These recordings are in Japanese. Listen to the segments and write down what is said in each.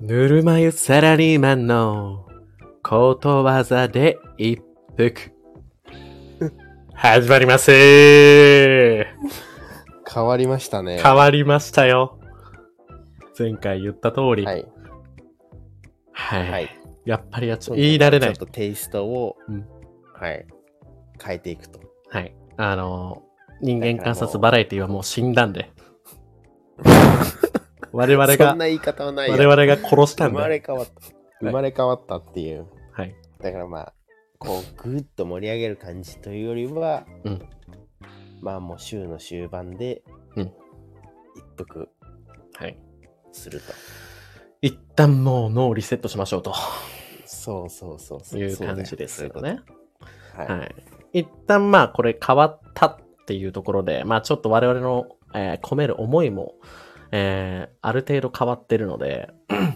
ぬるま湯サラリーマンのことわざで一服。始まります変わりましたね。変わりましたよ。前回言った通り。ははい。い。はい。やっぱりやつ、言い慣れないちょ。っとテイストを、うんはい。変えていくと。はい。あの、人間観察バラエティはもう死んだん で。我々そがん、な言い方はないよ。我々が殺した生んまで。れ変わった。生まれ変わったっていう。はい。だからまあ、こう、ぐーっと盛り上げる感じというよりは、うんまあもう週の終盤で、うん一服はい。すると。一旦もう脳をリセットしましょうとそうそうそうそう。いう感じですよそうだね。そういうことはい。はい。一旦まあこれ変わったっていうところで、まあちょっと我々の、えー込める思いも、えーある程度変わってるので、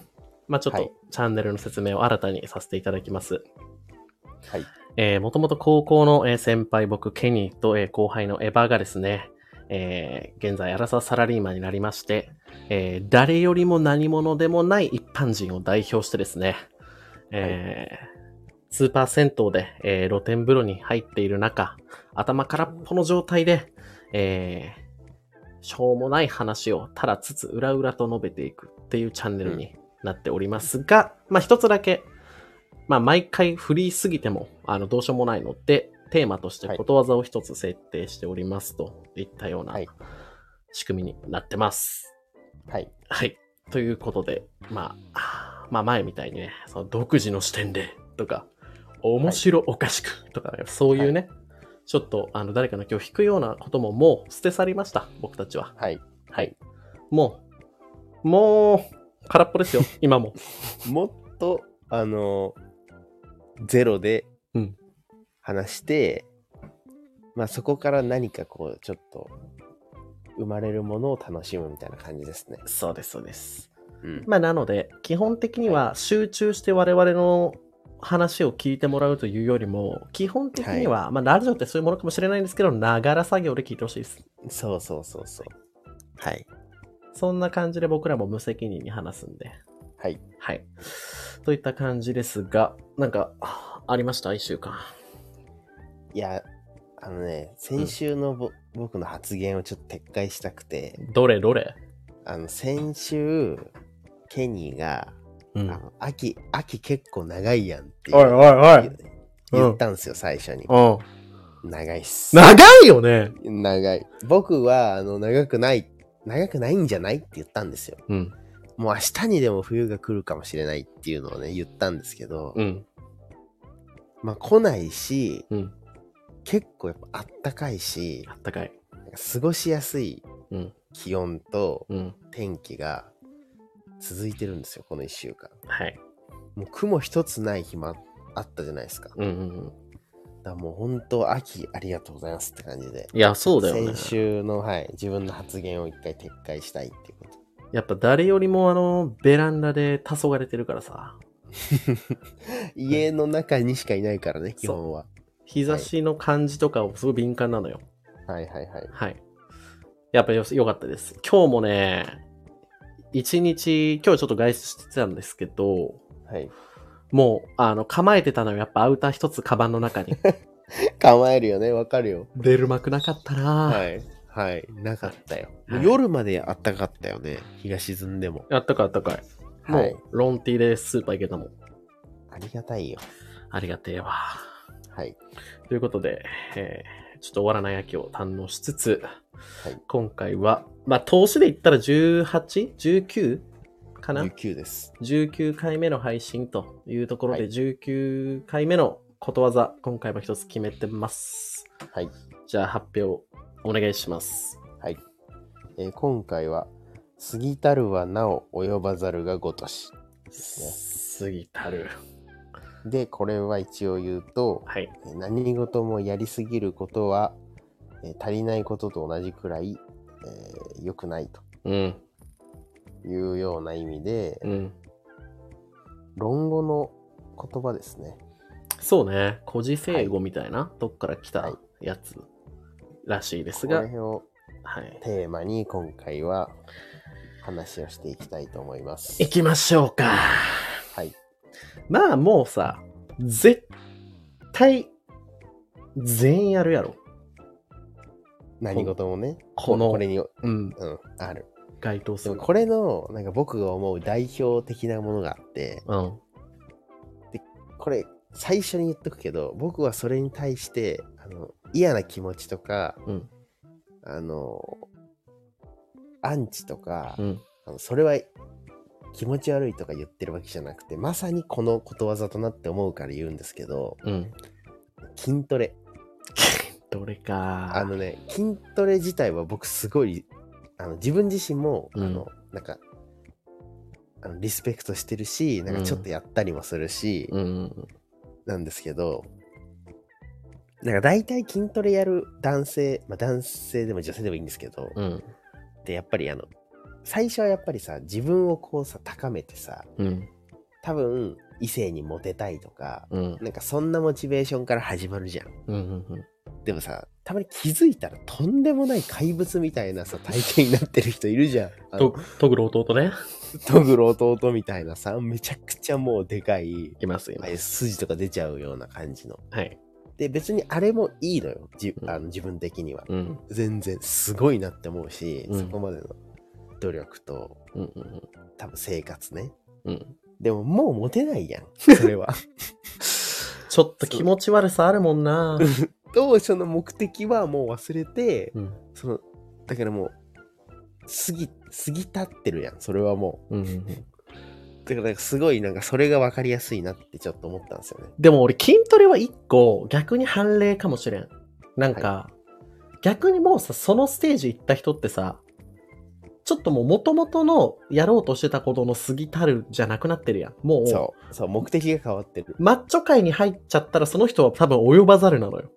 まあちょっはいとチャンネルの説明を新たにさせていただきます。はい。えー、もともと高校の、えー先輩、僕、ケニーと、えー後輩のエヴァがですね、えー現在、アラサーサラリーマンになりまして、えー誰よりも何者でもない一般人を代表してですね、えースーパー銭湯で、えー露天風呂に入っている中、頭空っぽの状態で、えーしょうもない話をただつつ裏裏と述べていくっていうチャンネルになっておりますが、まあ一つだけ、まあ毎回フリーすぎても、あの、どうしようもないので、テーマとしてことわざを一つ設定しておりますといったようなはい仕組みになってます。はい。はい。ということで、まあ、まあ前みたいにね、その独自の視点でとか、面白おかしくとか、ねそういうね、ちょっとあの誰かの気を引くようなことももう捨て去りました、僕たちは。はい。はい。もう、もう、空っぽですよ、今も。もっと、あのゼロでうん話して、まあそこから何かこう、ちょっと、生まれるものを楽しむみたいな感じですね。 そうです、そうです。うん。まあ、なので、基本的には集中して我々の話を聞いてもらうというよりも、基本的には、まあ、ラジオってそういうものかもしれないんですけど、ながら作業で聞いてほしいです。そうそうそうそう。はい。そんな感じで僕らも無責任に話すんで。はい。はい。といった感じですが、なんか、あありました一週間。いや、あのね、先週のぼ、僕の発言をちょっと撤回したくて、どれどれあの、先週、ケニーが、うあん。の秋、秋結構長いやんっておいおいおい。言ったんですよ、最初に。うん。長いっす。長いよね。長い。僕は、あの、長くない、長くないんじゃないって言ったんですよ。うん。もう明日にでも冬が来るかもしれないっていうのをね、言ったんですけど、うん。まあ来ないし、うん。結構やっぱあったかいし、あったかい。なんか過ごしやすいうん。気温とうん。天気が続いてるんですよ、この1週間。はい。もう雲一つない暇あったじゃないですか。だかうんうんうん。らもう本当秋ありがとうございますって感じで。いや、そうだよね。先週の、はい、自分の発言を一回撤回したいっていうこと。やっぱ誰よりもあの、ベランダで黄昏れてるからさ、家の中にしかいないからね、基本は。日差しの感じとかをすごい敏感なのよ。はいはいはい。はい。やっぱよ良かったです。今日もね、一日、今日ちょっと外出してたんですけど、はい。もう、あの、構えてたのよ。やっぱアウター一つカバンの中に。構えるよね、わかるよ。 出る幕なかったな、はい。はい。なかったよ。はい夜まであったかかったよね、日が沈んでも。あったかいあったかい。もう、はいロンティーでスーパー行けたもん。ありがたいよ。ありがてえわ。はい。ということで、えーちょっと終わらない秋を堪能しつつ、はい今回は、まあ、投資で言ったら 18?19? かな19です。 19回目の配信というところで、はい19回目のことわざ、今回も一つ決めてます。はい。じゃあ発表お願いします。はい。えー今回は、過ぎたるはなお及ばざるがごとし。過ぎたる。で、これは一応言うと、はい。えー何事もやりすぎることは、えー足りないことと同じくらい、えー良くないとうん。いうような意味で、うん。論語の言葉ですね。そうね。古事成語みたいな、どっから来たやつらしいですが、これをはい。テーマに今回は話をしていきたいと思います。行きましょうか。はい。まあもうさ、絶対、全員やるやろ。何事もね、このこれに、ううん、ん、ある。該当すでもる。これの、なんか僕が思う代表的なものがあって、うん。これ、最初に言っとくけど、僕はそれに対して、あの、嫌な気持ちとか、うんあの、アンチとか、うん。あのそれは気持ち悪いとか言ってるわけじゃなくて、まさにこのことわざだなって思うから言うんですけど、うん。筋トレ。どれか。あのね、筋トレ自体は僕すごい、あの自分自身も、うんあの、なんか、あのリスペクトしてるし、なんかちょっとやったりもするし、うん。なんですけど、なんか大体筋トレやる男性、まあ男性でも女性でもいいんですけど、うん。で、やっぱりあの、最初はやっぱりさ、自分をこうさ、高めてさ、うん。多分異性にモテたいとか、うん。なんかそんなモチベーションから始まるじゃん。うん。うん。でもさ、たまに気づいたらとんでもない怪物みたいなさ、体型になってる人いるじゃん。あのと、とぐろ弟ね。トグロ弟みたいなさ、めちゃくちゃもうでかい、います、いまああいうす。筋とか出ちゃうような感じの。はい。で、別にあれもいいのよ。じうんあの自分的には。うん。全然、すごいなって思うし、うんそこまでの努力と、うん。うん多分生活ね。うん。でももうモテないやん、それは。ちょっと気持ち悪さあるもんな。当初の目的はもう忘れて、うん。そのだからもう過ぎ過ぎたってるやんそれはもうんうんうん。うだからなんかすごいなんかそれが分かりやすいなってちょっと思ったんですよねでも俺筋トレは一個逆に判例かもしれん。なんか、逆にもうさ、そのステージ行った人ってさ、ちょっともう元々のやろうとしてたことの過ぎたるじゃなくなってるやん。もう、そうそう目的が変わってる マッチョ界に入っちゃったらその人は多分及ばざるなのよ。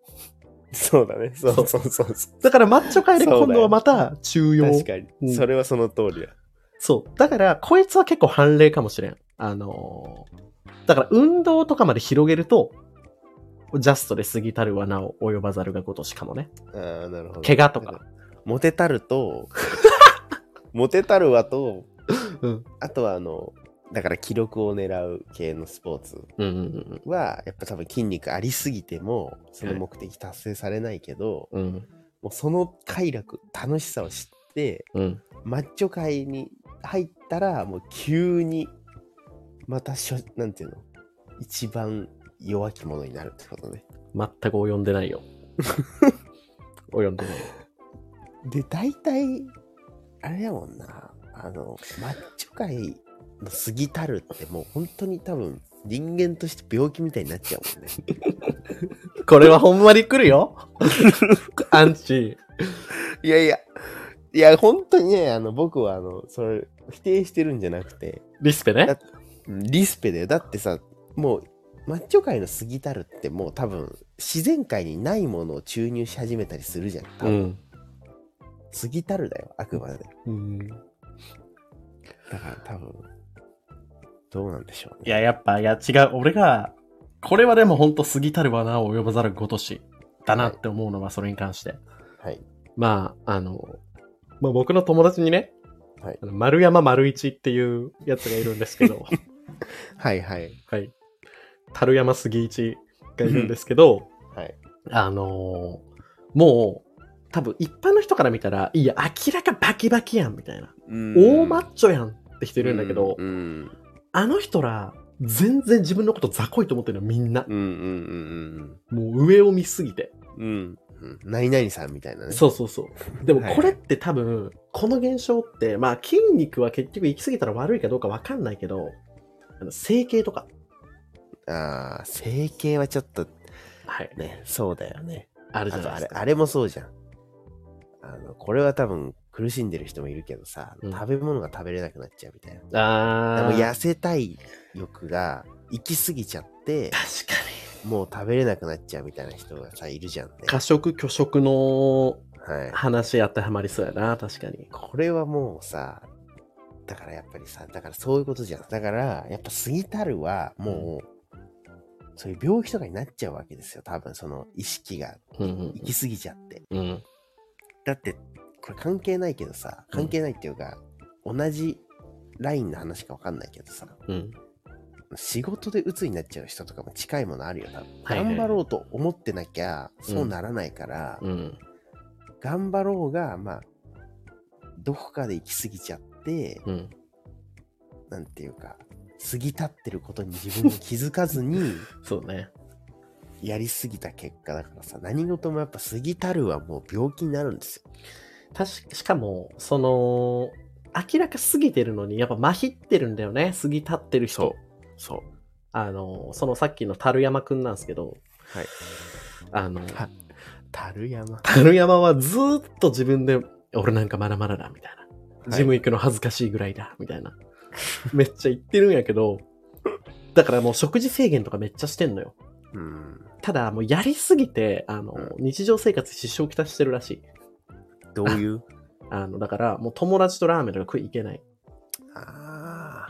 そうだねそうそうそうそうだからマッチョ界で今度はまた 中庸。確かに、うんそれはその通りだそう。だから、こいつは結構判例かもしれん。あのーだから運動とかまで広げると、ジャストで過ぎたるはなお及ばざるがごとしかもね。ああなるほど怪我とか。モテたる とモテたるはとうん。あとはあのだから記録を狙う系のスポーツうんうんはやっぱ多分筋肉ありすぎてもその目的達成されないけど、うん。うん。もうその快楽、楽しさを知って、うん。マッチョ界に入ったら、もう急に、またしょ、なんていうの一番弱き者になるってことね。全く及んでないよ。 及んでないよ。で、大体、あれやもんな、あの、マッチョ界の過ぎたるってもう本当に多分、人間として病気みたいになっちゃうもんね。これはほんまに来るよ。 アンチ。 いやいや、いや、本当にね、あの、僕は、あの、それ、否定してるんじゃなくて、リスペね。リスペだよ。だってさ、もう、マッチョ界の過ぎたるってもう多分、自然界にないものを注入し始めたりするじゃん。う多分ん。過ぎたるだよ、あくまで。うん。だから多分、どうなんでしょういね。や、やっぱ、いや、違う。俺が、これはでもほんと過ぎたるはなお及ばざるごとし、だなって思うのはそれに関して。はい。まあ、あの、まあ、僕の友達にね、はいあの丸山丸一っていうやつがいるんですけど、はいはい。はい。樽山杉一がいるんですけど、 はい。あのーもう、多分一般の人から見たら、いや、明らかバキバキやん、みたいな。大マっッチョやんって人いるんだけど、うんうんあの人ら、全然自分のこと雑魚いと思ってるのみんな。うんうんもう上を見すぎて。うんうん。うん。うん何々さんみたいなね。そうそうそう。でもはいこれって多分、この現象って、まあ筋肉は結局行き過ぎたら悪いかどうかわかんないけど、あの整形とか、ああ、整形はちょっとはい、ね、そうだよね。あるじあゃとないあでれす、か。あれもそうじゃん。あの、これは多分苦しんでる人もいるけどさ、うん食べ物が食べれなくなっちゃうみたいな。であもー痩せたい欲が行き過ぎちゃって、確かもう食べれなくなっちゃうみたいな人がさ、いるじゃんねに。。過食、拒食のはい。話当てはまりそうやな、確かに。これはもうさ、だからやっぱりさ、だからそういうことじゃん。だから、やっぱ過ぎたるは、もう、そういう病気とかになっちゃうわけですよ。多分その意識がうん行き過ぎちゃって。うん。うん。だって、これ関係ないけどさ、関係ないっていうか、同じラインの話か分かんないけどさ、うん。仕事で鬱になっちゃう人とかも近いものあるよ、多分。はいはい頑張ろうと思ってなきゃ、そうならないから、うん。頑張ろうが、まあ、どこかで行き過ぎちゃって、うん。なんていうか、過ぎ立ってることに自分も気づかず に、そうね。やりすぎた結果だからさ、何事もやっぱ過ぎたるはもう病気になるんですよ。確か、しかも、その、明らか過ぎてるのに、やっぱまひってるんだよね。過ぎ立ってる人。そう。あの、そのさっきの樽山くんなんですけど、はい。あの、た、たる山。樽山はずーっと自分で、俺なんかまだまだだ、みたいな。はいジム行くの恥ずかしいぐらいだ、みたいな。めっちゃ言ってるんやけど、だからもう食事制限とかめっちゃしてんのよ。うん。ただ、もうやりすぎて、あの、う日常生活に支障をきたしてるらしい。どういうあの、だから、もう友達とラーメンとか食い行けない。ああ。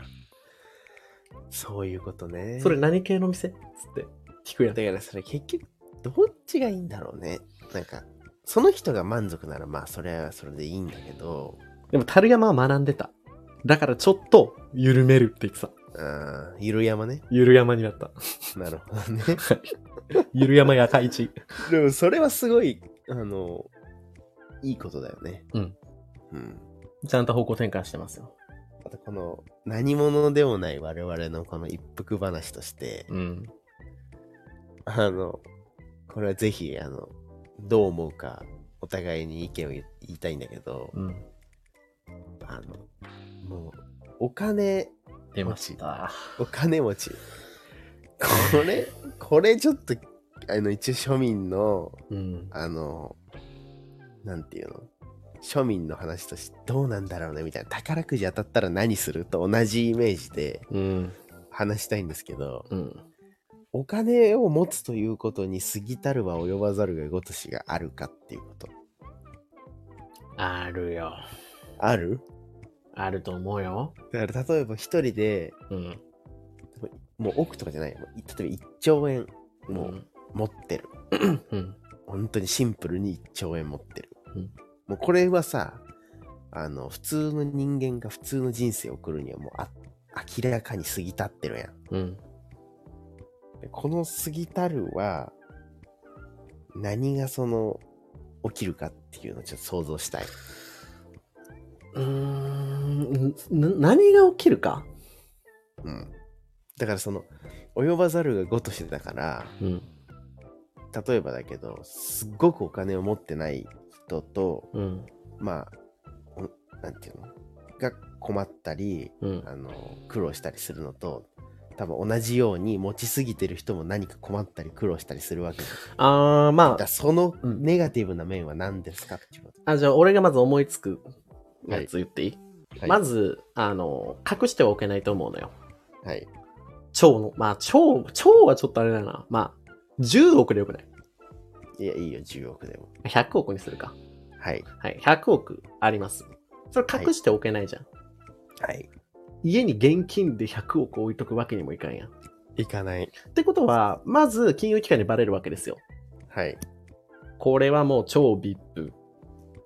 そういうことね。それ何系の店つって聞くやん。だからそれ結局、どっちがいいんだろうね。なんか、その人が満足ならまあ、それはそれでいいんだけど、でも、樽山は学んでた。だから、ちょっと、緩めるって言ってた。うん、ゆる山ね。ゆる山になった。なるほどね。 ゆる山や赤一。でもそれはすごい、あの、いいことだよね。うん。うん。ちゃんと方向転換してますよ。あとこの、何者でもない我々のこの一服話として、うん。あの、これはぜひ、あの、どう思うか、お互いに意見を言い言いたいんだけど、うん。あの、もう、お金、出ました。お金持ち。これ、これちょっと、あの、一応庶民の、うん。あの、なんていうの庶民の話としてどうなんだろうねみたいな宝くじ当たったら何すると同じイメージでうん。話したいんですけどうん。お金を持つということに過ぎたるは及ばざるがごとしがあるかっていうことあるよ。あるあると思うよ。だから例えば一人でうん。もう億とかじゃないよもう例えば1兆円もう持ってる、うん。本当にシンプルに1兆円持ってる、うんもうこれはさあの普通の人間が普通の人生を送るにはもうあ明らかに過ぎたってるやんうん。でこの過ぎたるは何がその起きるかっていうのをちょっと想像したいうん。な何が起きるかうんだからその及ばざるがごとしだからうん。例えばだけどすっごくお金を持ってない人とうん。まあおなんていうのが困ったりうん。あの苦労したりするのと多分同じように持ちすぎてる人も何か困ったり苦労したりするわけだかあー、まらそのうんネガティブな面は何ですかっていうこあ、あ、じゃあ俺がまず思いつくとやつ言っていい、はいまず、あの、隠してはおけないと思うのよ。はい腸の、まあ、腸、腸はちょっとあれだな。まあ、10億でよくないいやいいよ10億でも ?100 億にするか。はいはい、100億あります。それ隠しておけないじゃん。はい家に現金で100億置いとくわけにもいかんやん。っいかないてことは、まず金融機関にバレるわけですよ。はいこれはもう超 VIP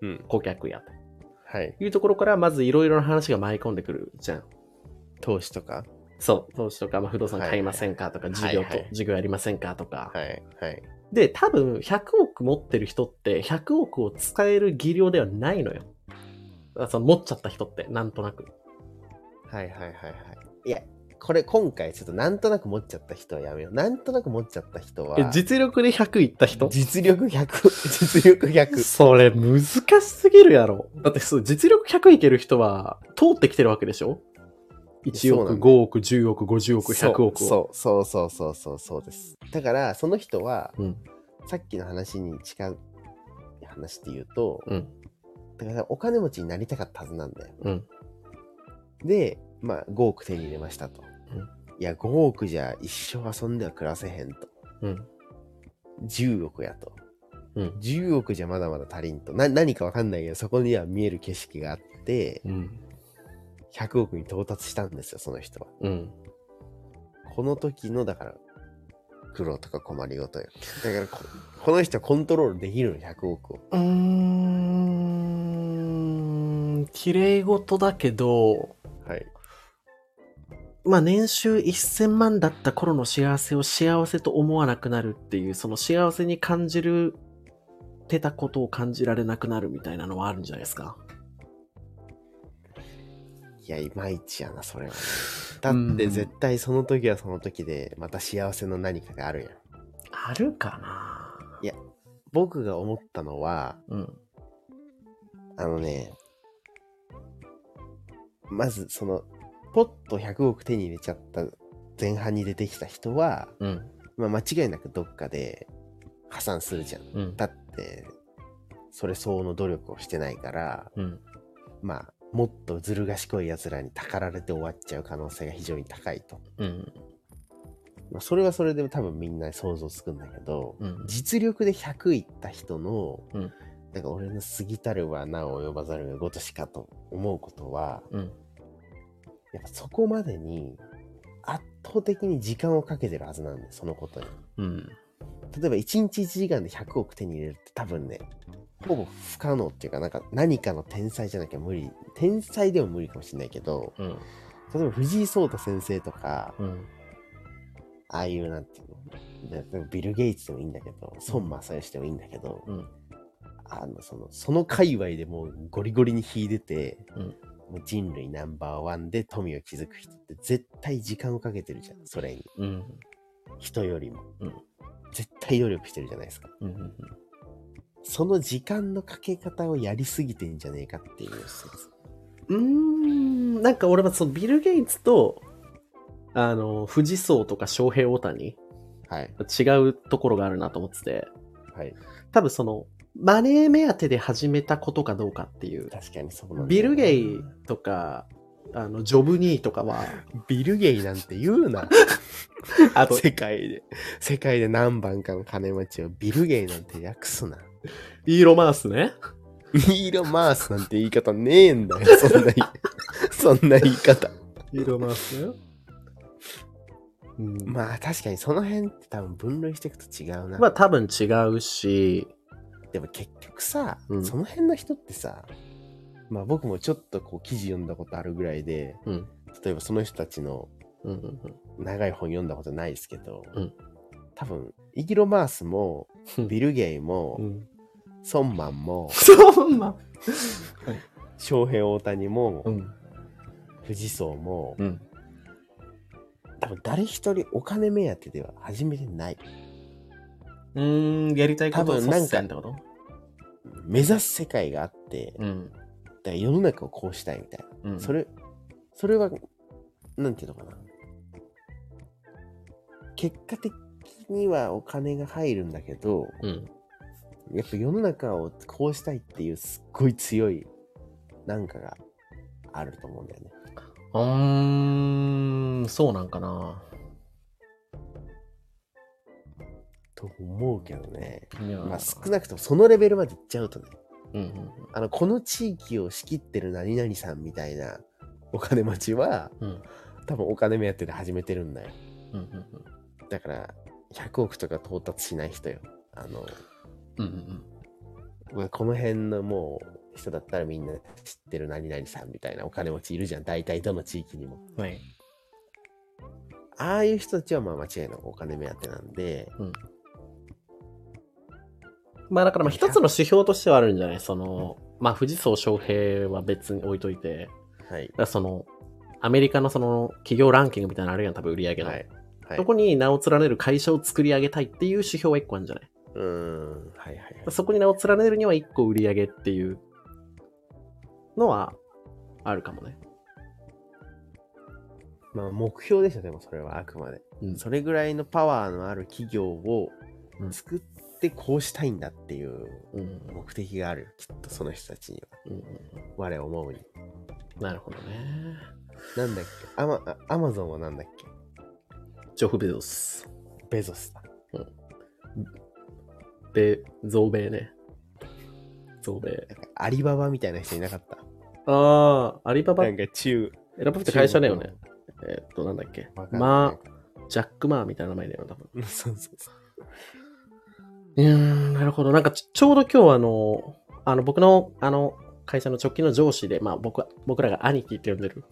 うん顧客やはいというところから、まずいろいろな話が舞い込んでくるじゃん。投資とかそう、投資とか、まあ、不動産買いませんかとか、はい事業と、はいはい事業やりませんかとか。はいはいで、多分、100億持ってる人って、100億を使える技量ではないのよ。あその持っちゃった人って、なんとなく。はいはいはいはいいやこれ今回ちょっとなんとなく持っちゃった人はやめようなんとなく持っちゃった人はえ、実力で100いった人実力100実力100それ難しすぎるやろ。だってそう実力100いける人は通ってきてるわけでしょ ?1 そうな億、ん5だ億、10億、50億、100億を。そうそうそうそうそうそうですだからその人はうん。さっきの話に近い話で言うとうん。だからお金持ちになりたかったはずなんだようん。でまあ5億手に入れましたと、うんいや5億じゃ一生遊んでは暮らせへんとうん。 10億やとうん。 10億じゃまだまだ足りんとな何かわかんないけどそこには見える景色があってうん。 100億に到達したんですよその人はうん。この時のだから苦労とか困りごとよだからここの人はコントロールできるの100億をうーん。綺麗事だけど、はい。まあ年収1000万だった頃の幸せを幸せと思わなくなるっていう、その幸せに感じる、てたことを感じられなくなるみたいなのはあるんじゃないですか。いや、いまいちやな、それは、ね。だって絶対その時はその時で、また幸せの何かがあるやん。あるかないや僕が思ったのは、うん。あのね、まずその、ポッと100億手に入れちゃった前半に出てきた人は、うん。まあ、間違いなくどっかで破産するじゃん。うん。だって、それ相応の努力をしてないから、うん。まあ、もっとずる賢い奴らにたかられて終わっちゃう可能性が非常に高いと。うん。まあ、それはそれで多分みんな想像つくんだけど、うん。実力で100いった人の、うんなんか俺の過ぎたるはなお及ばざるがごとしかと思うことは、うん。やっぱそこまでに圧倒的に時間をかけてるはずなんで、そのことに。うん。例えば1日1時間で100億手に入れるって多分ね、ほぼ不可能っていうか、なんか何かの天才じゃなきゃ無理。天才でも無理かもしれないけど、うん。例えば藤井聡太先生とか、うん。ああいうなんていうの、でビル・ゲイツでもいいんだけど、孫正義でもいいんだけど、うん。あの、その、その界隈でもうゴリゴリに引いてて、うんもう人類ナンバーワンで富を築く人って絶対時間をかけてるじゃん、それに。うん。人よりも。うん絶対努力してるじゃないですか。うん。その時間のかけ方をやりすぎてんじゃねえかっていう説。うーん。なんか俺はそのビル・ゲイツと、あの、富士層とか翔平大谷、はい。違うところがあるなと思ってて、はい。多分その、マネー目当てで始めたことかどうかっていう。確かにそうなんだよねビル・ゲイとか、あの、ジョブ・ニーとかは、ビルゲイなんて言うな。 あと、世界で。世界で何番かの金持ちをビルゲイなんて訳す な。イーロンマースね。イーロン・マースなんて言い方ねえんだよ、そ んな言いそんな言い方。イーロン・マースね。うん、ままあ確かにその辺って多分分類していくと違うな。あ、多分違うし、でも結局さ、うんその辺の人ってさ、まあ僕もちょっとこう記事読んだことあるぐらいで、うん。例えばその人たちのうんうんうん長い本読んだことないですけど、うん多分イギロ・マースもうんビル・ゲイも、うん。ソンマンもそんな。翔平大谷も、うん。富士層も、うん。多分誰一人お金目当てでは始めてない。うーん、やりたいことを多分なんか率先ってこと目指す世界があって、だうん。から世の中をこうしたいみたいな。うん。それ、それは、なんていうのかな。結果的にはお金が入るんだけど、うん。やっぱ世の中をこうしたいっていうすっごい強いなんかがあると思うんだよね。うーん、そうなんかな。と思うけどね。いやまあ少なくともそのレベルまでいっちゃうとね、うんうんあの、この地域を仕切ってる何々さんみたいなお金持ちは、うん。うん多分お金目当てで始めてるんだよ。うんうんだから、100億とか到達しない人よ。あの、うん。うんうんまあこの辺のもう人だったらみんな知ってる何々さんみたいなお金持ちいるじゃん大体どの地域にもうん。はい。ああいう人たちはまあ間違いなくお金目当てなんでまあだからまあ一つの指標としてはあるんじゃないその、まあ富士総翔平は別に置いといて、だかはいらその、アメリカのその企業ランキングみたいなのあるやん、多分売り上げの。はいはいそこに名を連ねる会社を作り上げたいっていう指標は一個あるんじゃないうーんはいはいはいそこに名を連ねるには一個売り上げっていうのはあるかもね。まあ目標でしょでもそれはあくまでうんそれぐらいのパワーのある企業をうん作ってこうしたいんだっていううん目的があるよきっとその人たちにはうん我思うになるほどね。なんだっけアマあアマゾンはなんだっけジョフ・ベゾス。ベゾスだで、増米ね。増米。なんかアリババみたいな人いなかったああ、アリババ、なエんか中ラバって会社だよね。えーっと、なんだっけわ。かんないまあ、ジャック・マーみたいな名前だよ、多分。そうそうそう。うーん、なるほど。なんかち、ちょうど今日あの、あの、僕の、あの、会社の直近の上司で、まあ僕は、僕らが兄貴って呼んでる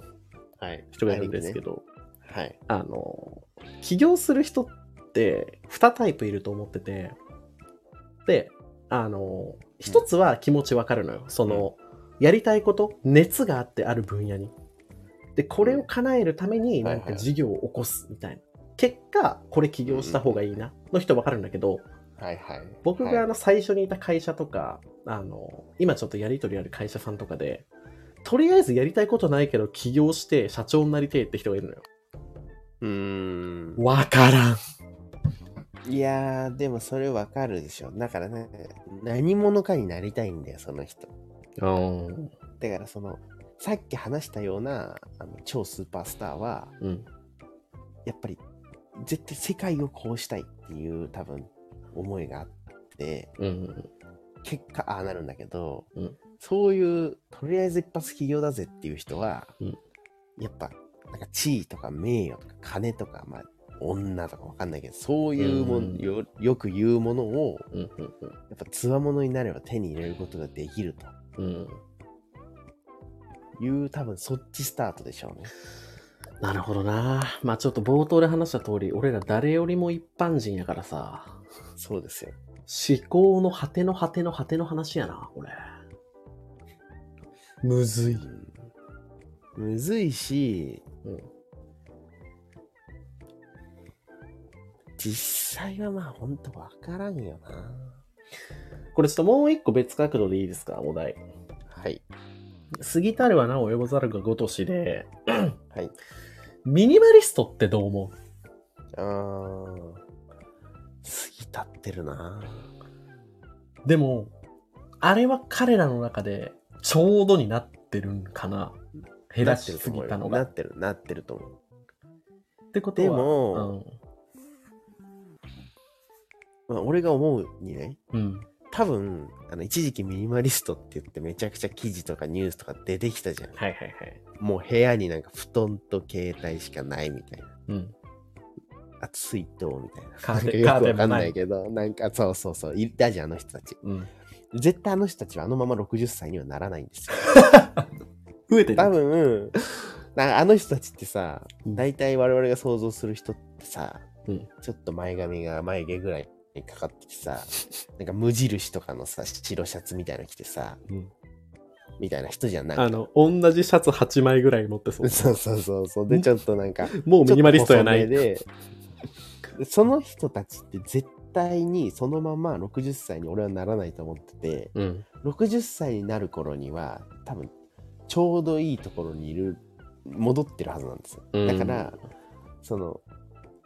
はい。人がいるんですけど。ど、はい。あの、起業する人って2タイプいると思ってて、で、あの、一つは気持ちわかるのよ。その、やりたいこと、熱があってある分野に。で、これを叶えるために、なんはいかはい事業を起こすみたいな。結果、これ起業した方がいいな、の人わかるんだけど、はいはい。僕があはいの最初にいた会社とか、あの今ちょっとやり取りある会社さんとかでとりあえずやりたいことないけど起業して社長になりてえって人がいるのようーん。わからんいやー、でもそれわかるでしょ。だからね、何者かになりたいんだよ、その人。うんだからその、さっき話したようなあの超スーパースターは、うんやっぱり絶対世界をこうしたいっていう多分思いがあって、うん結果ああなるんだけど、うんそういうとりあえず一発起業だぜっていう人は、うんやっぱなんか地位とか名誉とか金とか、まあ、女とかわかんないけどそういうもうんんよよく言うものをうんうんやっぱつわものになれば手に入れることができるうんうんという多分そっちスタートでしょうね。なるほどなまあちょっと冒頭で話した通り俺ら誰よりも一般人やからさそうですよ。思考の果ての果ての果ての話やなこれむずいうんむずいし、うん実際はまあほんとわからんよな。これちょっともう一個別角度でいいですかお題はい。過ぎたるはなお及ぼざるがごとしではい。ミニマリストってどう思うあー、過ぎたってるな。でも、あれは彼らの中でちょうどになってるんかな減らしすぎたのが。なっってると思うよなってる、なってると思う。てことは、でも、まあ、俺が思うにね、うん、うん。多分、あの、一時期ミニマリストって言ってめちゃくちゃ記事とかニュースとか出てきたじゃん。はいはいはい。もう部屋になんか布団と携帯しかないみたいな。うん。あと水筒みたいな。カーテンなんかよカーテンくわもかんないないけど、なんかそうそうそう、いたじゃん、あの人たち。うん、絶対あの人たちはあのまま60歳にはならないんですよ。 増えて多る。分、なんかあの人たちってさ、うん大体我々が想像する人ってさ、うんちょっと前髪が眉毛ぐらいにかかって てさ、なんか無印とかのさ、白シャツみたいなの着てさ、うんみたいな人じゃんない。あの、同じシャツ8枚ぐらい持ってそう。 そうそうそうそう。で、ちょっとなんか、もうミニマリストやなちょいっ。と細めでその人たちって絶対にそのまま60歳に俺はならないと思っててうん。 60歳になる頃には多分ちょうどいいところにいる戻ってるはずなんですようんだから、その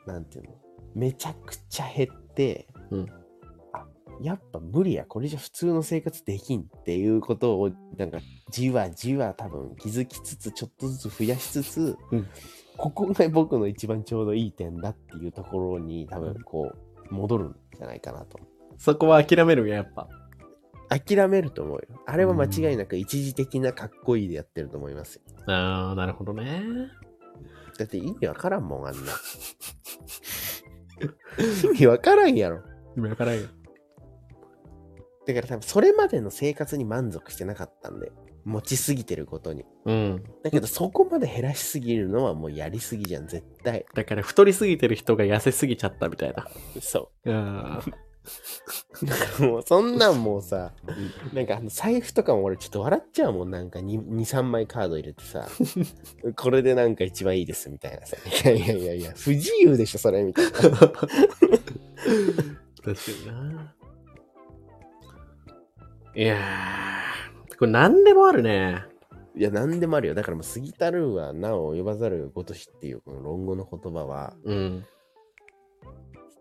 なんていうのめちゃくちゃ減って、うんあやっぱ無理やこれじゃ普通の生活できんっていうことをなんかじわじわ多分気づきつつちょっとずつ増やしつつ、うんここが僕の一番ちょうどいい点だっていうところに多うん分こう戻るんじゃないかなとそこは諦めるんや、やっぱ。諦めると思うよあれは間違いなく一時的なかっこいいでやってると思いますよああ、なるほどね。だって意味わからんもんあんな意味わからんやろ今やからんよ。だから多分それまでの生活に満足してなかったんで持ちすぎてることにうん。だけどそこまで減らしすぎるのはもうやりすぎじゃん絶対だから太りすぎてる人が痩せすぎちゃったみたいな。そうん。うもうそんなんもうさなんかあの財布とかも俺ちょっと笑っちゃうもんなんか23枚カード入れてさこれでなんか一番いいですみたいなさいやいやいやいや不自由でしょそれみたいな確かにな。いやー、これ何でもあるね。いや何でもあるよだからもう過ぎたるはなお及ばざるがごとしっていうこの論語の言葉はうん。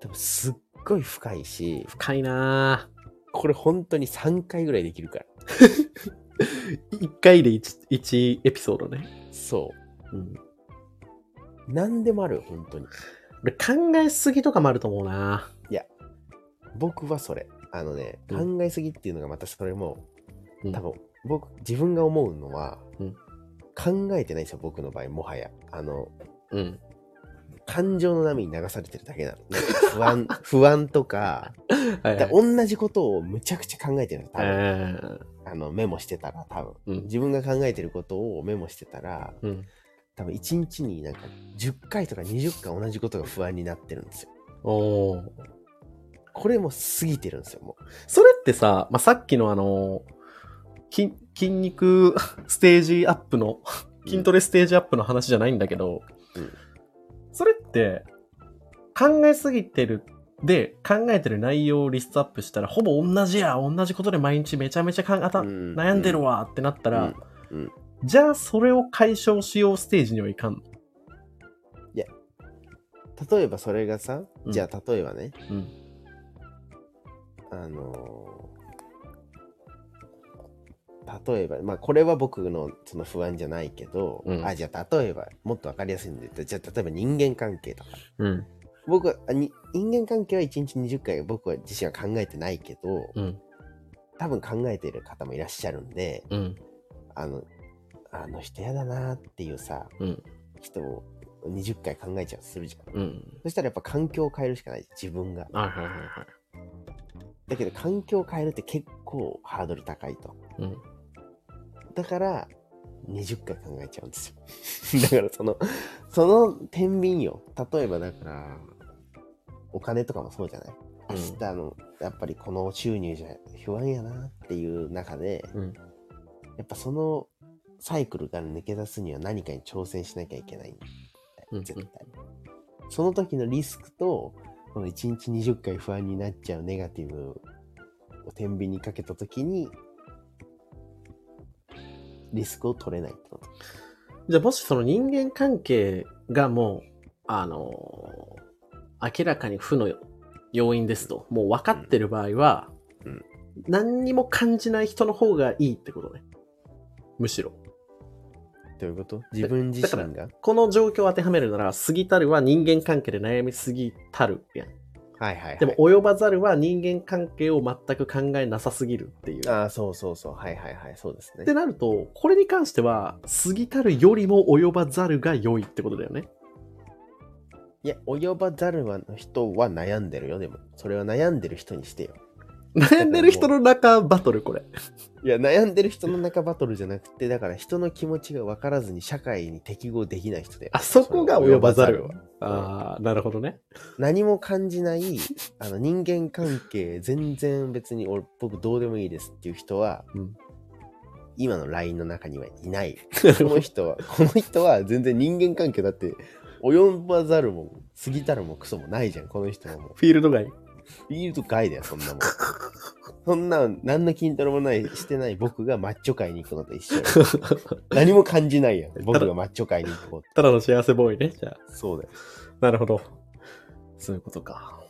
多分すっごい深いし深いなこれ本当に3回ぐらいできるからー。1回で 1, 1エピソードね。そうん。う。何でもあるよ、本当に。俺考えすぎとかもあると思うな。僕はそれ。あのね、う考えすぎっていうのがまたそれも、うん多分、僕、自分が思うのは、うん考えてないですよ、僕の場合、もはや。あの、うん。感情の波に流されてるだけなの。なんか不安、 不安とか、はい、だから同じことをむちゃくちゃ考えてるの、多分。えーあのメモしてたら多分うん。自分が考えてることをメモしてたらうん。多分1日になんか10回とか20回同じことが不安になってるんですよおーこれもう過ぎてるんですよもそれってさ、まあ、さっきのあの、筋、筋肉 ステージアップの、うん筋トレステージアップの話じゃないんだけど、うんそれって、考えすぎてる、で、考えてる内容をリストアップしたら、ほぼ同じや、同じことで毎日めちゃめちゃ考えた、う、うん悩んでるわってなったら、うんうんじゃあそれを解消しようステージにはいかんの。例えばそれがさうんじゃあ例えばね、うん。あのー例えば、まあ、これは僕のその不安じゃないけど、うんあじゃあ例えばもっと分かりやすいんで言ったらじゃあ例えば人間関係とかうん。僕はあに人間関係は1日20回僕は自身は考えてないけどうん。多分考えてる方もいらっしゃるんでうん。あのあの人嫌だなっていうさうん。人を20回考えちゃうとするじゃん、うん。そしたらやっぱ環境を変えるしかない自分がはいはいはいはい。だけど環境を変えるって結構ハードル高いとうん。だから20回考えちゃうんですよ だからそのその天秤よ例えばだからお金とかもそうじゃないうん明日のやっぱりこの収入じゃ不安やなっていう中で、うんやっぱそのサイクルから抜け出すには何かに挑戦しなきゃいけないんだうんうよん絶対、その時のリスクとこの1日20回不安になっちゃうネガティブを天秤にかけた時にリスクを取れないってことじゃあもしその人間関係がもう、あのー明らかに負の要因ですと、もう分かってる場合は、うん何にも感じない人の方がいいってことね。むしろ。どういうこと自分自身がこの状況を当てはめるなら、過ぎたるは人間関係で悩みすぎたるやん。はいはい、はい、でも、及ばざるは人間関係を全く考えなさすぎるっていう。ああそうそうそうはいはいはいそうですっねてなると、これに関しては、過ぎたるよりも及ばざるが良いってことだよね。いや及ばざるはの人は悩んでるよでもそれは悩んでる人にしてよ悩んでる人の中バトル、これ。いや悩んでる人の中バトルじゃなくてだから人の気持ちが分からずに社会に適合できない人であそこが及ばざるは。はああ、なるほどね。何も感じないあの人間関係全然別に俺僕どうでもいいですっていう人は、うん今の LINE の中にはいないこの人は この人は全然人間関係だって及ばざるも過ぎたるもクソもないじゃんこの人はもうフィールド外。 フィールド外だよ、そんなもん。そんな、何の筋トレもない、してない僕がマッチョ界に行くのと一緒よ。何も感じないやん。僕がマッチョ界に行こうって。ただの幸せボーイね。じゃあ、そうだよ。なるほど。そういうことか。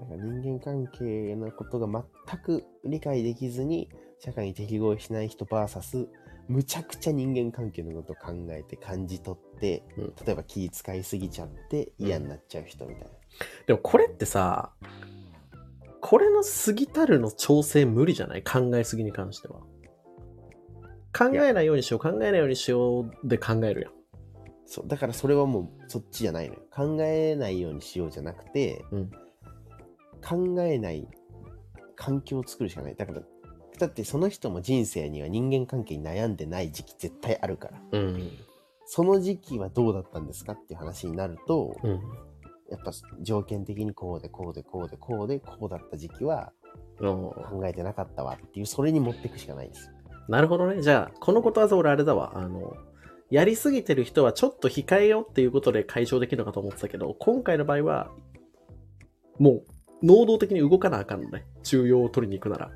だから人間関係のことが全く理解できずに、社会に適合しない人 VS、むちゃくちゃ人間関係のことを考えて感じ取って、うん例えば気使いすぎちゃって嫌になっちゃう人みたいな。でもこれってさ、これの過ぎたるの調整無理じゃない考えすぎに関しては。考えないようにしよう、考えないようにしようで考えるやん。そうだからそれはもうそっちじゃないのよ考えないようにしようじゃなくて、うん考えない環境を作るしかないだからだってその人も人生には人間関係に悩んでない時期絶対あるからうん。その時期はどうだったんですかっていう話になると、うん。やっぱ条件的にこうでこうでこうでこうでこうだった時期は考えてなかったわっていうそれに持っていくしかないんですよなるほどね。じゃあ、このことわざ俺あれだわ。あの、やりすぎてる人はちょっと控えようっていうことで解消できるのかと思ってたけど、今回の場合は、もう、能動的に動かなあかんのね。中央を取りに行くなら。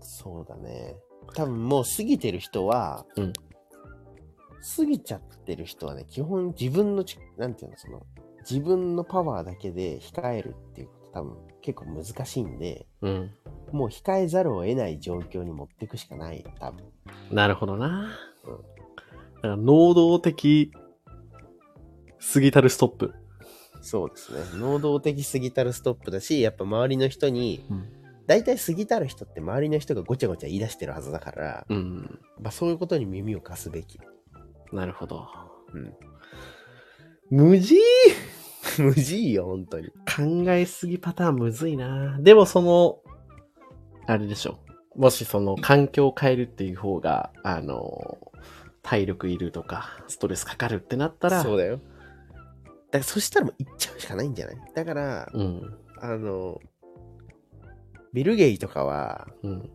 そうだね多分もう過ぎてる人は、うん過ぎちゃってる人はね基本自分のちなんていうのその自分のパワーだけで控えるっていうこと多分結構難しいんでうん。もう控えざるを得ない状況に持っていくしかない多分なるほどな。うんだから能動的、過ぎたるストップ。そうですね能動的過ぎたるストップだしやっぱ周りの人にうん。大体過ぎたる人って周りの人がごちゃごちゃ言い出してるはずだから、うん。まあ、そういうことに耳を貸すべきなるほど。うん無事 無事よ本当に考えすぎパターンむずいな。でもその、あれでしょ。もしその環境を変えるっていう方が、あの、体力いるとか、ストレスかかるってなったら、そううだよ。だからそしたらもう行っちゃうしかないんじゃないだから、ん、あの、ビル・ゲイとかは、うん、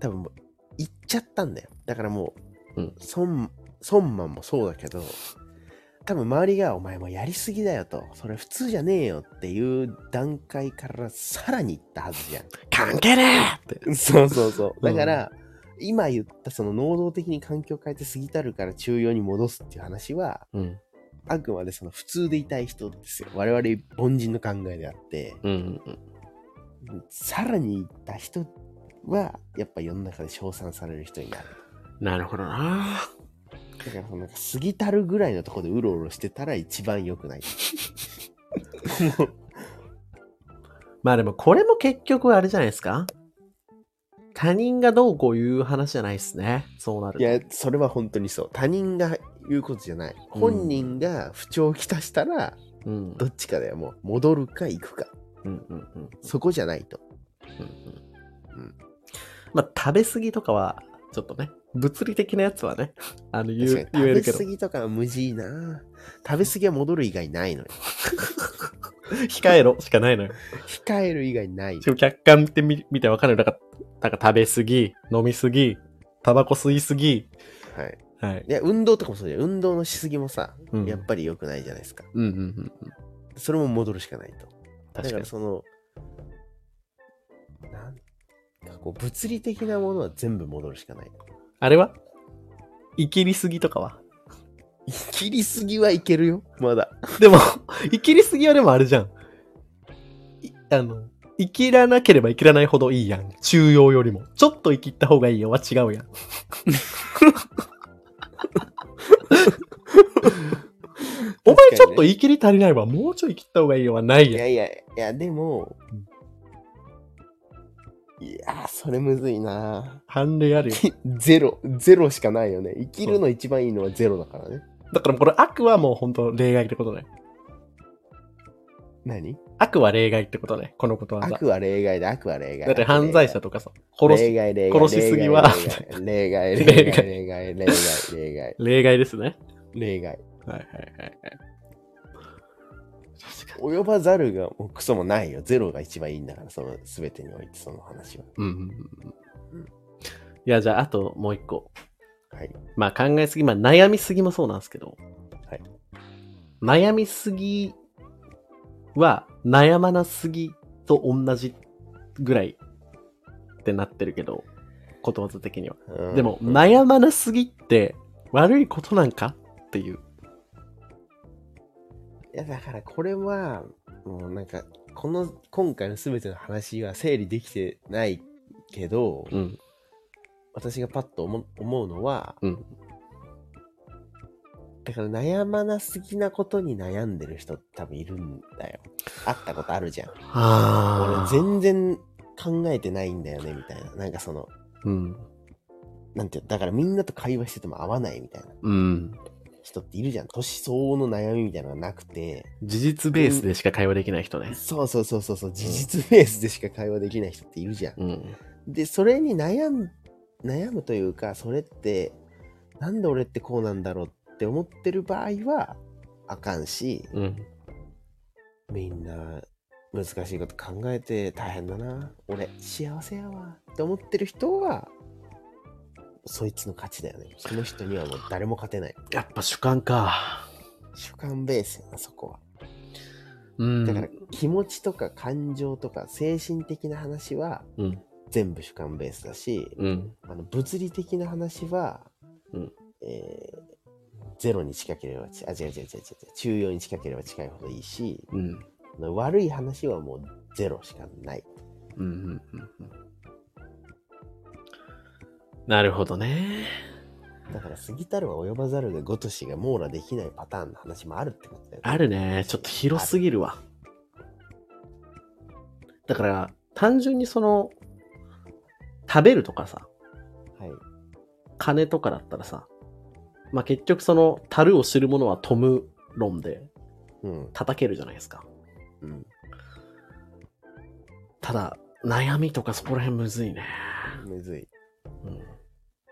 多分もう行っちゃったんだよ。だからもう、うん孫孫マンもそうだけど、多分周りがお前もうやりすぎだよと、それ普通じゃねえよっていう段階からさらに行ったはずじゃん。関係ねえって。 そうそうそう。うだんから、今言ったその能動的に環境を変えて過ぎたるから中庸に戻すっていう話は、うん、あくまでその普通でいたい人ですよ。我々凡人の考えであって、うん、うんさらに行った人は、やっぱ世の中で称賛される人になる。なるほどな。だからそのなんか過ぎたるぐらいのところでうろうろしてたら一番良 くない。まあでもこれも結局あれじゃないですか他人がどうこういう話じゃないですね。そうなるいと。や、それは本当にそう。他人が言うことじゃない。うん本人が不調をきたしたら、うん。どっちかだよ。もう戻るか行くか。うんうんうん。そこじゃないと。まあ食べ過ぎとかは、ちょっとね、物理的なやつはね、 あの言う確か言にえるけ食どべ過、ぎとかは無事いいな。食べ過ぎは戻る以外ない のよ。控えろしかないのよ。控える以外ない。しかも客観見てみ見てわかるよ。だから、だから食べ過ぎ、飲み過ぎ、タバコ吸い過ぎ。はい。はい。いや、運動とかもそうじゃん。運動のしすぎもさ、うんやっぱり良くないじゃないですか。うんうんうん。それも戻るしかないと。だ確かからに。その、なんかこう、物理的なものは全部戻るしかない。あれは生きりすぎとかは 生きりすぎはいけるよ、まだ。でも、生きりすぎはでもあれじゃん。いあの、生きらなければ生きらないほどいいやん。中庸よりも。ちょっと生きった方がいいよは違うやん。お前ちょっとい生きり足りないわ。もうちょい生きった方がいいよはないいやん。やいや、いや、でも、いやー、それむずいな判例あるよ。きゼロ、ゼロしかないよね。生きるの一番いいのはゼロだからね。 だからこれ悪はもう本当例外ってことね。何悪は例外ってことね。このことわざ。悪は例外だ、悪は例外。だって犯罪者とかさ、殺例す。外例外殺しすぎは例外、例 例外、例外外、例外、例外、例外、例外ですね。例外。はいはいはいはい。確かに。及ばざるがもうクソもないよ。ゼロが一番いいんだから、その全てにおいてその話は。うんうんうんうん。いや、じゃあ、あともう一個。はい。まあ、考えすぎ、まあ、悩みすぎもそうなんですけど。はい。悩みすぎは、悩まなすぎと同じぐらいってなってるけど、ことわざ的には。うんでも、うん悩まなすぎって悪いことなんかっていう。いや、だからこれは、もうなんか、この、今回の全ての話は整理できてないけど、うん。私がパッと思思うのは、うんだから悩まなすぎなことに悩んでる人って多分いるんだよ。会ったことあるじゃん。俺あ全、全然考えてないんだよねみたいな。なんかその、うん。なんていうのだからみんなと会話してても合わないみたいなうん。人っているじゃん。年相応の悩みみたいなのがなくて、事実ベースでしか会話できない人ね。そうそうそうそうそう、事実ベースでしか会話できない人っているじゃん。うん。で、それに悩む、悩むというか、それって、なんで俺ってこうなんだろうって思ってる場合は、あかんし、うん。みんな、難しいこと考えて大変だな。俺、幸せやわ。って思ってる人は、そいつの勝ちだよね。その人にはもう誰も勝てない。やっぱ主観か。主観ベースやな、そこは。うん。だから、気持ちとか感情とか精神的な話は、うん。全部主観ベースだし、うん。あの物理的な話は、うんえーゼロに近ければちあ違う違う違う違う中庸に近ければ近いほどいいしうん。悪い話はもうゼロしかないうん。うん。うん。なるほどね。だから過ぎたるは及ばざるがごとしが網羅できないパターンの話もあるってことだよねあるね。ちょっと広すぎるわ。だから、単純にその、食べるとかさ、はい金とかだったらさ、まあ、結局その、樽を知る者はトム論でうん叩けるじゃないですか。うんただ、悩みとかそこら辺むずいね。むずい。うん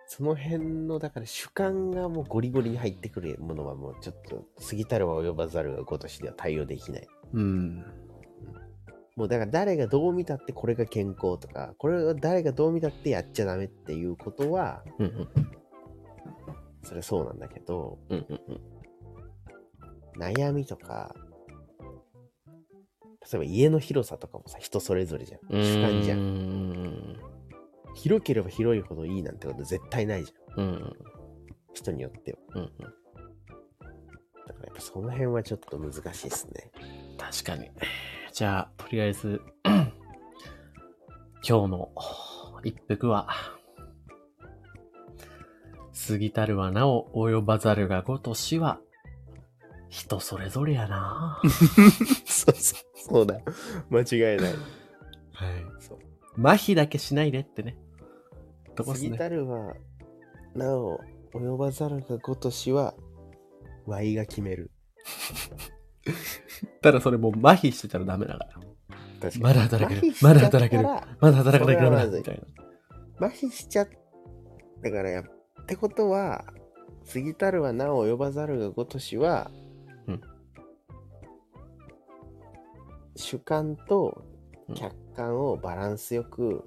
その辺の、だから主観がもうゴリゴリに入ってくるものはもうちょっと過ぎたるは及ばざるがごとしでは対応できない。うん。もうだから誰がどう見たってこれが健康とか、これは誰がどう見たってやっちゃダメっていうことは、うんうんそれそうなんだけど、うんうんうん悩みとか、例えば家の広さとかもさ、人それぞれじゃん。主観じゃ。うんん。広ければ広いほどいいなんてこと絶対ないじゃん。うんうん人によっては。うんだからやっぱその辺はちょっと難しいですね。 確かに。じゃあ、とりあえず、 今日の一服は、過ぎたるはなお及ばざるがごとしは、人それぞれやな。そうそう、そうだ。間違い はない。い。そう。麻痺だけしないでってね。とこ過っすぎね。たるは、なお、及ばざるがごとしは、ワイが決める。ただそれもう麻痺してたらダメだから。確かに。まだ働ける麻痺しちゃったらまだ働けるまだ働かなきゃダメだそれはまずいみたいな。麻痺しちゃったからやってことは過ぎたるはなお及ばざるがごとしは、うん主観とうん客観をバランスよく、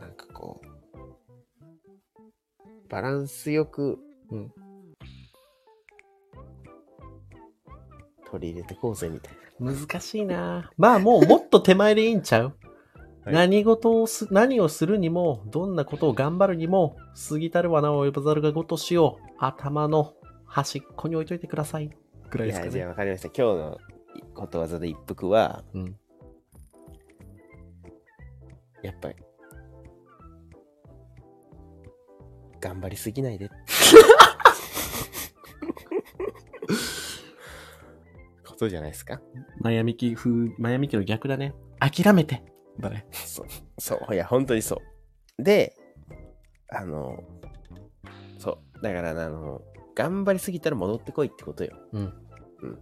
なんかこうバランスよくうん取り入れてこうぜみたい難しいなまあもうもっと手前でいいんちゃう、はい何事をす、何をするにも、どんなことを頑張るにも、過ぎたるはなお及ばざるがごとしを頭の端っこに置いといてください。ぐらな。いいですかやじゃあね。わかりました。今日のことわざで一服はうん。やっぱり頑張りすぎないでことじゃないですかマヤミキ風、マヤミキの逆だね。諦めて。だね。そうそういや本当にそうであのそうだからあの頑張りすぎたら戻ってこいってことようん。うん。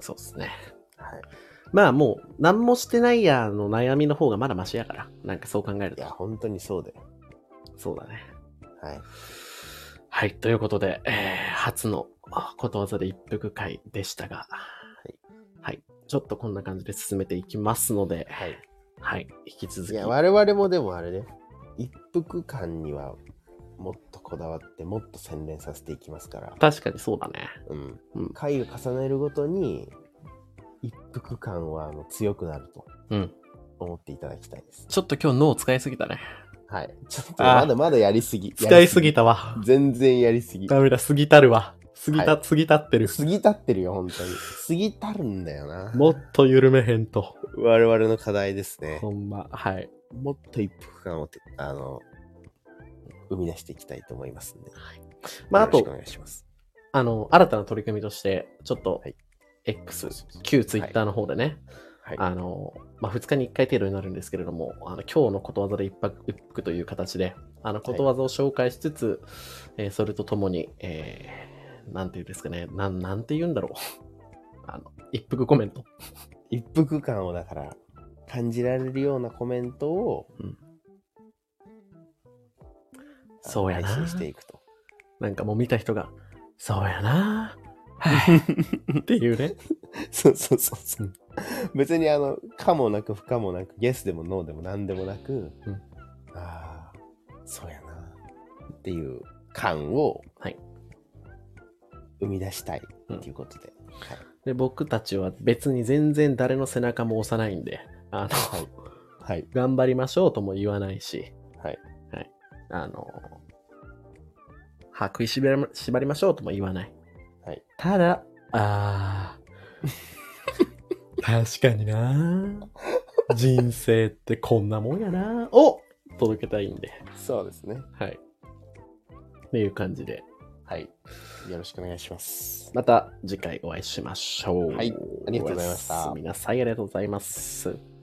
そうっすね。はいまあもう、何もしてないやの悩みの方がまだマシやから。なんかそう考えるいとや。本当にそうだよそうだね。はいはい、ということで、えー初のあことわざで一服会でしたが、はいい、ちょっとこんな感じで進めていきますので、はいはい、引き続き。いや我々もでもあれね一服感にはもっとこだわってもっと洗練させていきますから確かにそうだね。うんうん回を重ねるごとに一服感はもう強くなるとうん。思っていただきたいです。ちょっと今日脳使いすぎたね。はい。ちょっとあーまだまだやりすぎ。使いすぎた。たわ。全然やりすぎ。過ダメだ、過ぎたるわ。過ぎた、は過ぎたってる。ぎたってるよ、本当に。過ぎたるんだよな。もっと緩めへんと。我々の課題ですね。ほんま、はい。もっと一服感をて、あの、生み出していきたいと思いますんで。まあ、あよろしくおと、願いします。あの、新たな取り組みとして、ちょっとはい、 X、そうそうそう旧 Twitter の方でね、はい。あの、まあ、2日に1回程度になるんですけれども、あの今日のことわざで一泊一服という形で、あのことわざを紹介しつつ、えーそれとともに、えーなんていうんですかね、なんなんて言うんだろ う。あの一服コメント。一服感をだから感じられるようなコメントを、うんあのそうやな配信していくと。なんかもう見た人が、そうや なはい。っていうね。そうそうそうそう。別にあの、かもなく不可もなく、ゲスでもノーでも何でもなく、うんああ、そうやな、っていう感を、はい生み出したいっていうことで。はいで、僕たちは別に全然誰の背中も押さないんで、あの、はい。頑張りましょうとも言わないし、はい。はい。あの、歯食いしばりま縛りましょうとも言わない。はい。ただ、あ ー確かにな人生ってこんなもんやなを届けたいんで、そうですね。はい。っていう感じで、はい。よろしくお願いします。また次回お会いしましょう。はいありがとうございましたおやすみなさい。ありがとうございます。